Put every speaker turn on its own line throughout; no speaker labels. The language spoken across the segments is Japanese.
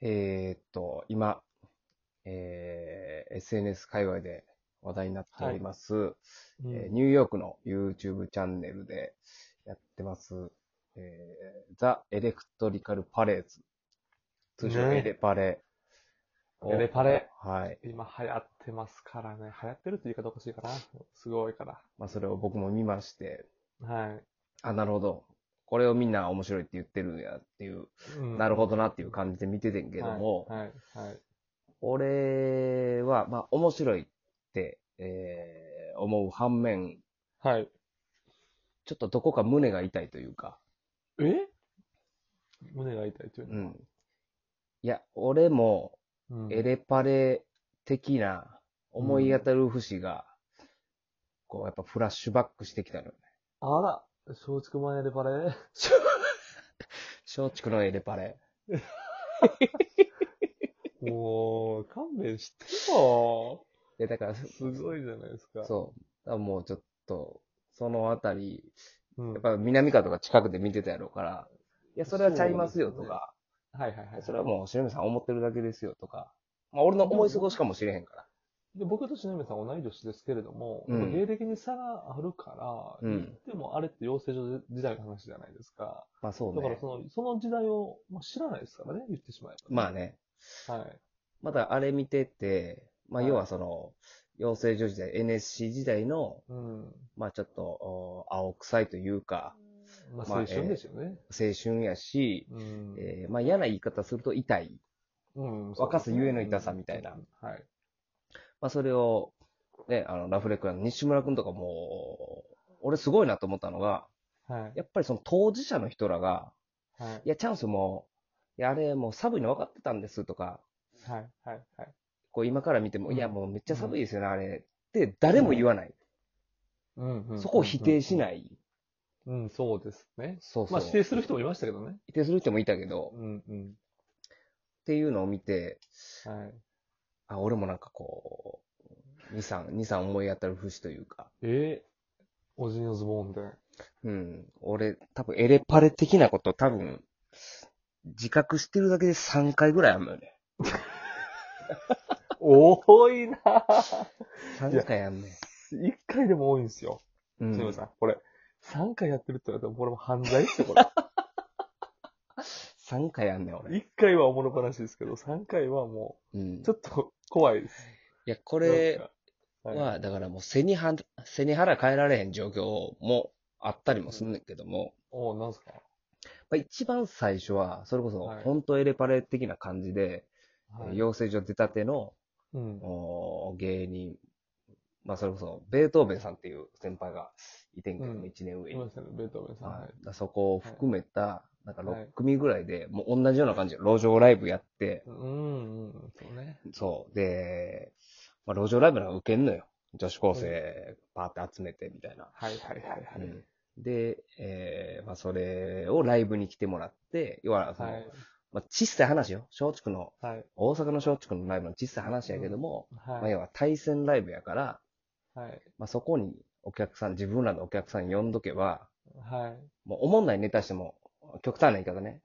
えーっと、今、えー SNS 界隈で話題になっております、
うん
えーニューヨークの YouTube チャンネルでやってます、えー、ザ・エレクトリカル・パレーズ。通称
ね
エレパレを。
エレパレ
はい。
今流行ってますからね。流行ってるって言い方おかしいかな。すごいから。
まあ、それを僕も見まして、
は
あ、なるほど。これをみんな面白いって言ってるんやっていう、
い。うん
なるほどなっていう感じで見ててんけども、
はい、はい、はい。
俺は、まあ、面白いって、えー思う反面、
はい。
ちょっとどこか胸が痛いというか、
え胸が痛いっていう
う
のは
ん。いや、俺も、
うん
エレパレ的な思い当たる節が、こう、やっぱフラッシュバックしてきたのよね。
あら、松竹前エレパレ
松竹のエレパレ。
もう、勘弁してよ。
で、だから、
すごいじゃないですか。
そう。だからもうちょっと、そのあたり、
う。
やっ
ん、はい
ぱ南川とか近くで見てたやろうから、いや、それはちゃいますよとか、
はいはい。
それはもう、しのみさん思ってるだけですよとか、まあ、俺の思い過ごしかもしれへんから。
で僕としなみさん同い年ですけれども、
うん
やっぱ芸歴に差があるから、
うん
でもあれって養成所時代の話じゃないですか。
まあそう
だから
ね
そ。の、その時代を、まあ、知らないですからね、言ってしまえば、
まあ。ね。
はい。
まだあれ見てて、まあ
はい
要はその、養成所時代、NSC 時代の、
うん。
まあちょっと、お青臭いというか、
まあ、
まあ
青春ですよね。
青春やし、
うん。
えーまあ嫌な言い方すると痛い。
うん
若さゆえの痛さみたいな。
うんはい。
まあそれを、ね、あの、ラフレクラの西村くんとかも、俺すごいなと思ったのが、
はい。
やっぱりその当事者の人らが、
はい
い。や、チャンスも、いや、あれもう寒いの分かってたんですとか、
はい。はい。はい。
こう今から見ても、
うん
いや、もうめっちゃ寒いですよね、あれ。って誰も言わない。
うんうん
そこを否定し
い。
ない。
うん、そうですね。
そうそう。
まあ、否定する人もいましたけどね。
否定する人もいたけど、
う
っ
ん、うん。
ていうのを見て、
はい。
あ、俺もなんかこう、2、3、2、3思い当たる節というか、
えー、おじのズボンで。
うん。俺、多分エレパレ的なこと多分、自覚してるだけで3回ぐらいあるのよね。
多いなぁ。
3回あんねん。
一回でも多いんですよ。
う
すみま
ん
せん。これ、3回やってるって言われたら、これも犯罪ですよ、これ。
3回あんねん、俺。
一回はおもろ話ですけど、3回はも
うん。
う、
い
ちょっと怖いです。
や、こ
こ
れ、は、だからもう背には、背に腹変えられへん状況もあったりもすんねんけども、
おなんすか
まあ、一番最初は、それこそ
はい、
本当エレパレ的な感じで、
はい
養成所出たての、
うん。
お芸人、まあそれこそ、ベートーベンさんっていう先輩がいてんけど、
うん
一年上
い
に。
ましたね、ベートーベンさん。
は、
は
だ
い
からそこを含めた、なんか
はい
6組ぐらいで、もう同じような感じで路上ライブやって
い、うん、うん、そうね。
そう。で、まあ、路上ライブなんか受けんのよ。女子高生、パーって集めてみたいな。
はいはいはいは
う
い。
んで、えーまあ、それをライブに来てもらって、要はその、
はい。
まあ、小さい話よ。松竹の、
はい。
大阪の松竹のライブの小さい話やけども、まあ、
はい。
要は対戦ライブやから、
はい。
まあ、そこにお客さん、自分らのお客さん呼んどけば、
はい。
もうおもんないネタしても、極端な言い方ね、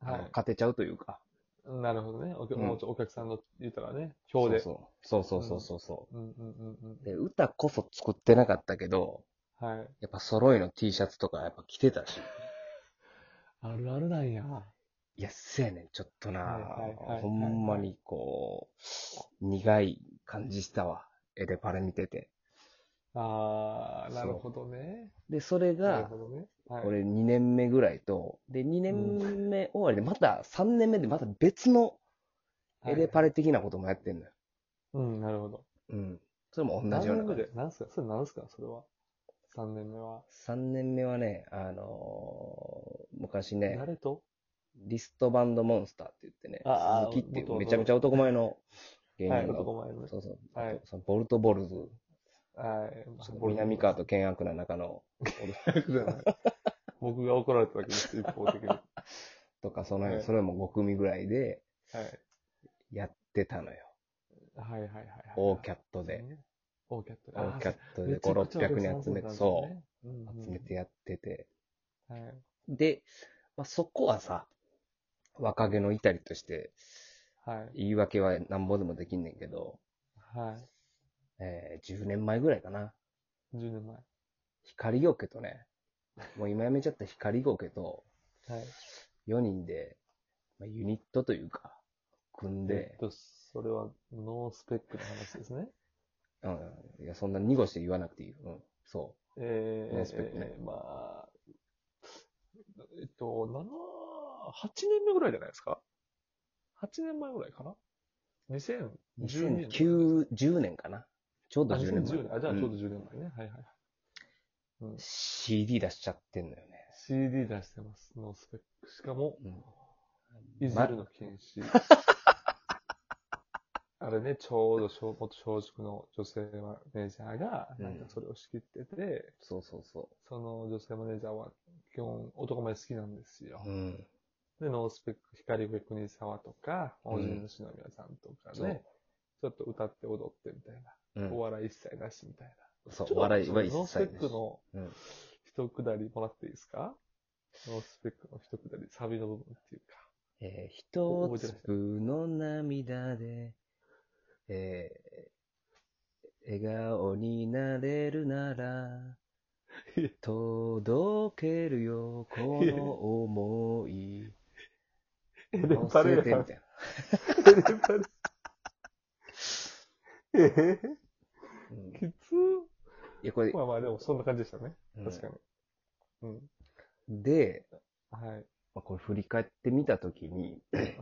あの
は
勝てちゃうというか。
い。なるほどね。お客
うん
もうちょお客さんの言ったらね、今日で。
そうそうそうそうそうそう、
うんうんうん
で、歌こそ作ってなかったけど、
うん。はい。
やっぱ揃いの T シャツとかやっぱ着てたし。
あるあるなんや。
いや、せやねん、ちょっとな、
はいはいはい
ほんまにこう、苦い感じしたわ。エレパレ見てて。
あー、なるほどね。
で、それ
なる
が
ほ、どね。はい。
俺2年目ぐらいと、で、2年目終わりで、また3年目でまた別のエレパ
レ。
レ的なこともやってんのよ。
うん、なるほど。
うん。それも同じような感
何年目
じ。
で、何すかそれ何すかそれは。3年目は。
3年目はね、あのー昔ね、
誰と
リストバンドモンスターって言ってね、
あー
鈴木っていう
元々
めちゃめちゃ男前の芸
はい、
人の、
男前のね。
そうそう、
は
あ
い
とそのボルトボルズ、
はい。
南川と険悪な中野
僕が怒られただけです、一方的に。はい。
とか、その
は
辺、
い
それも5組ぐらいでやってたのよ。
はいはいはいはい。
オーキャ
ッ
ットで。。
オーキャット
オーキャットで
めちゃくちゃ
5、
お
600人
客さん
集めて、
そう
そ
なんですよね。
う、
集
集め。てやってて。
はい。
で、まあ、そこはさ、若気の至りとして、
はい。
言い訳はなんぼでもできんねんけど、
は
えー10年前ぐらいかな。
い。10年前。
光ゴケとね、もう今やめちゃった光ゴケと
はい。
4人で、まあ、ユニットというか、組ん
えっ
で、
と、それはノースペックの話ですね。
うん、いや、そんな濁して言わなくていいよ。うん、そ
えー、
ノースペックね
まあ、えっと、7、8年目ぐらいじゃないですか ?8 年前ぐらいかな
う。
?2010 年。
2010年かな。ちょう
あ、
ど10
2010
年
年
前。
あ、じゃあちょうど
ん
10年前ね。はいはいはい。うん、
CD 出しちゃってんのよね。
CD 出してます。ノースペック。しかも、
うん
いじるの禁 止。あれね、ちょうど小元小塾の女性マネージャーが、なんかそれを仕切ってて、
そうそうそ
その女性マネージャーは基本男前好きなんですよ。
う。うん。
で、ノースペック、光上国沢とか、
うん
おじいの篠宮さんとか
そう
ね、ちょっと歌って踊ってみたい
う
な、
ん
お笑い一切なしみたいな。
そう
ちょっと
お笑いは一切
ノースペックの
うん
一くだりもらっていいですか、ノースペックの一くだり、サビの部分っていうか。
えー、一粒の涙で、えー、笑顔になれるな ら、届けるよ、この思い。
え、でも
忘れ
誰が
てみ たいな。
エレンタル。え
うん
ー、きつ
いや、これ
ま、あまあでもそんな感じでしたね。
うん
確かに。うん。
で、
はい。
まあこれ振り返ってみたときに、
はい。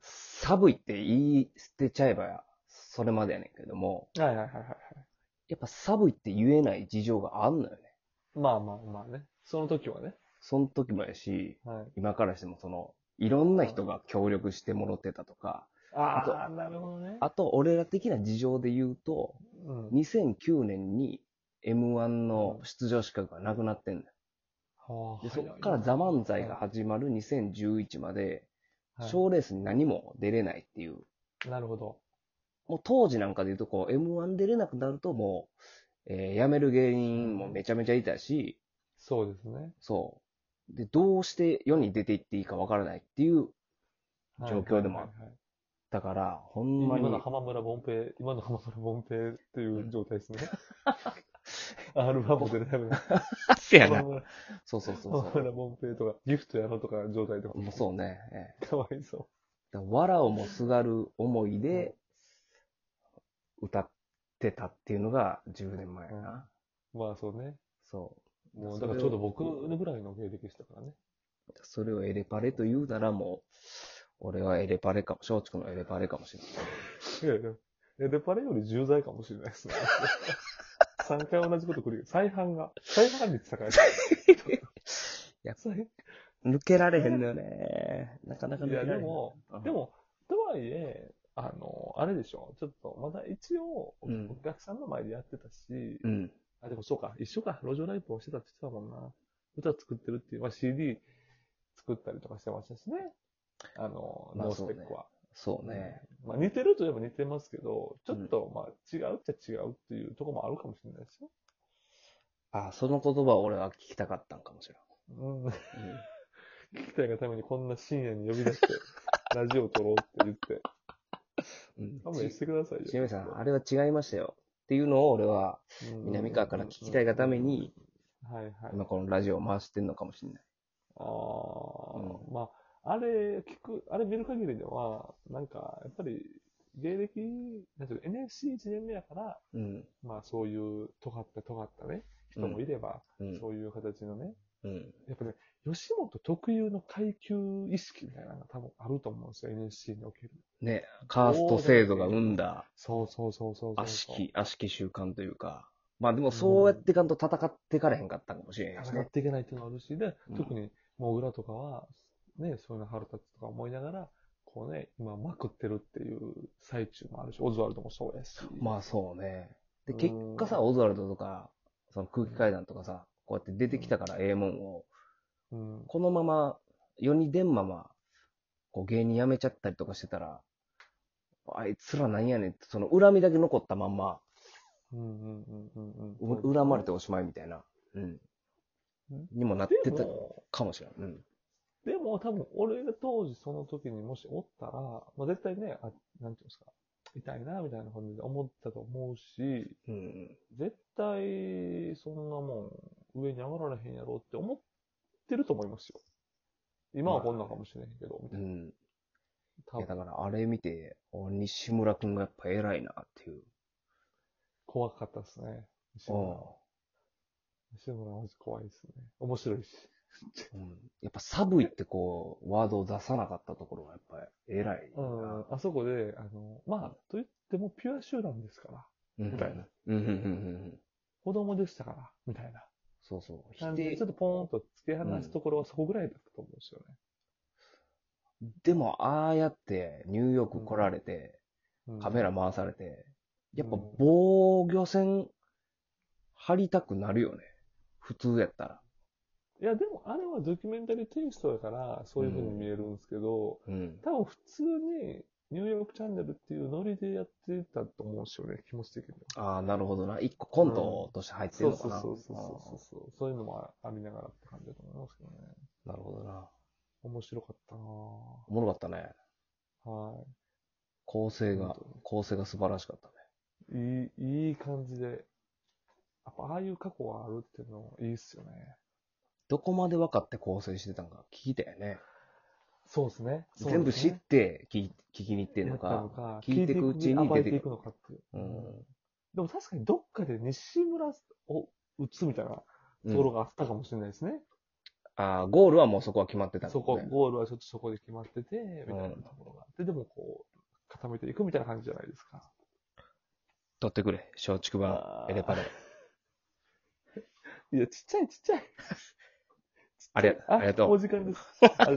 寒いって言い捨てちゃえば、それまでやねんけども、
はいはいはいはいは
やっぱ寒いって言えない事情があんのよね。
い。まあまあまあね。その時はね。
その時もやし、
はい。
今からしてもその、いろんな人が協力してもろってたとか、
ああ、なるほどね。
あと俺ら的な事情で言うと、
うん。
2009年に M1 の出場資格がなくなってんだよ。
はあ
で、そっからザ漫才が始まる2011まで、
はい
賞レースに何も出れないっていう。
なるほど。
もう当時なんかで言うとこう、M1 出れなくなるともう、えー辞める芸人もめちゃめちゃいたし、
そうですね。
そう。で、どうして世に出ていっていいかわからないっていう、
はい
状況でもある
はいはいはい
だから、ほんまに
今、の浜村凡平、今の浜村凡平っていう状態で すね。アルバムでライブ。
せや
浜
な。
村
そうそうそう
浜
そ
村凡平とか、ギフトやろうとか状態で
う。もうそうね。ええ
かわいそ
だからわらをもすがる思いで、歌ってたっていうのが10年前やな。
うんう。まあそうね。
そ
も
そうれ
だ
を
からちょうど僕ぐらいの芸歴したからね。
う。それをエレパレと言うならもう、俺はエレパレかも、松竹のエレパレかもしれない。
いやいや。エレパレより重罪かもしれな いですね。3回同じこと繰り返す。再犯が。再犯率高い。
やっ
ぱり。
抜けられへんのよね。なかなか
い
抜けら
や、
れへ
で
ん。
も、
うん
でも、とはいえ、あの、あれでしょ。ちょっと、まだ一応、お
うん
客さんの前でやってたし、
うん。
あ、でもそうか、一緒か、路上ライブをしてたって言ってたもんな。歌作ってるっていう、まあ、CD 作ったりとかしてましたしね。あの、
まあ
ノースペックは。
そうね。
まあ、似てるといえば似てますけど、ちょっと、まあ、違うっちゃ違うっていうところもあるかもしれないですよ。
あ、その言葉を俺は聞きたかったんかもしれ
うん。
ん。うん
聞きたいがためにこんな深夜に呼び 出して、ラジオ撮ろうって言って、
うん
勘弁してくださいよ。
ちなみさん、あれは違いましたよ。っていうのを俺は、
うん
南川から聞きたいがために、
はいはい。あ
今このラジオを回してんのかもしれない。
あー、まあ、あれ聞く、あれ見る限りでは、なんか、やっぱり、芸歴、なんていう NFC1 年目やから、
うん。
まあそういう尖った尖ったね、人もいれば、
うん。
そういう形のね、
うん。
やっぱね、吉本特有の階級意識みたいなのが多分あると思うんですよ、NSC における。
ね、カースト制度が生んだ
そうそうそうそうそう。
悪しき、悪しき習慣というか、まあでもそうやっていかんと戦っていかれへんかったんかもしれへんし
戦っ
ね。
ていけないっていうのがあるし、で
うん、
特に、モグラとかは、ね、そういうの腹立つとか思いながら、こうね、今まくってるっていう最中もあるし、オズワルドもそうやし。
まあそうね。で、
うん
結果さ、オズワルドとか、その空気階段とかさ、こうやって出てきたからええもんを、
うん。
このまま、世に出んまま、こう芸人辞めちゃったりとかしてたら、あいつらなんやねんって、その恨みだけ残ったまんま、
うんうんうんうんうん。
う恨まれておしまいみたいな、うん
うん。
にもなって
で
た
も、
かもしれない。うん。
でも多分、俺が当時その時にもしおったら、まあ、絶対ね、あ、なんていうんですか、痛いな、みたいな感じで思ったと思うし、
うん。
絶対、そんなもん、上に上がられへんやろって思ってると思いますよ。今はこんなんかもしれへんけど、みた
う
いな。
ん。
多
いや、
分、
だからあれ見て、あ西村くんがやっぱ偉いなっていう。
怖かったですね。西村は。西村はマジ怖いですね。面白いし。
うん。やっぱ寒いってこう、ワードを出さなかったところがやっぱり偉いな。
うん、あそこで、あの、まあ、と言ってもピュア集団ですから、
うん。
みたいな。
うん、うん、うんうん。
子供でしたから、みたいな。
そうそう。
な
否
んで、
定
ちょっとポーンと突き放すところはそこぐらいだったと思うんですよね。
でも、ああやってニューヨーク来られて、
うん
カメラ回されて、やっぱ
うん
防御線張りたくなるよね。普通やったら。
いや、でもあれはドキュメンタリーテイストだから、そういう風に見えるんですけど、
うん。
多分普通にニューヨークチャンネルっていうノリでやってたと思うんですよね、気持ち的には。
ああ、なるほどな。一個コントとして入って
そ
る
う
の
そ
か
う
な。
そうそうそうそう。そういうのもありながらって感じだと思いますけどね。
あーなるほどな。
面白かったな
おもろかったね。
ぁはい。
構成が
本当に、
構成が素晴らしかったね。
いい、いい感じで。やっぱああいう過去があるっていうのいいっすよね。
どこまで分かって構成してたんか聞いたよね。
そうですね。そうですね
全部知って聞き聞きに行ってん
や
の
ったの
か。
か、
聞いてくうちに
暴
出
い
て
て
くる
いくのかっていう。
うん
でも確かにどっかで西村を打つみたいなところがあったかもしれないですね。
ああ、ゴールはもうそこは決まってたんだ
そ
ね
こ、ゴールはちょっとそこで決まってて、みたいな
うん
ところがあって、でもこう、固めていくみたいな感じじゃないですか。
取ってくれ。松竹版
あ、ー
エレパレ。
いや、ちっちゃいちっちゃい。
あれ、ありがとう
お。時間です。ありがとうございます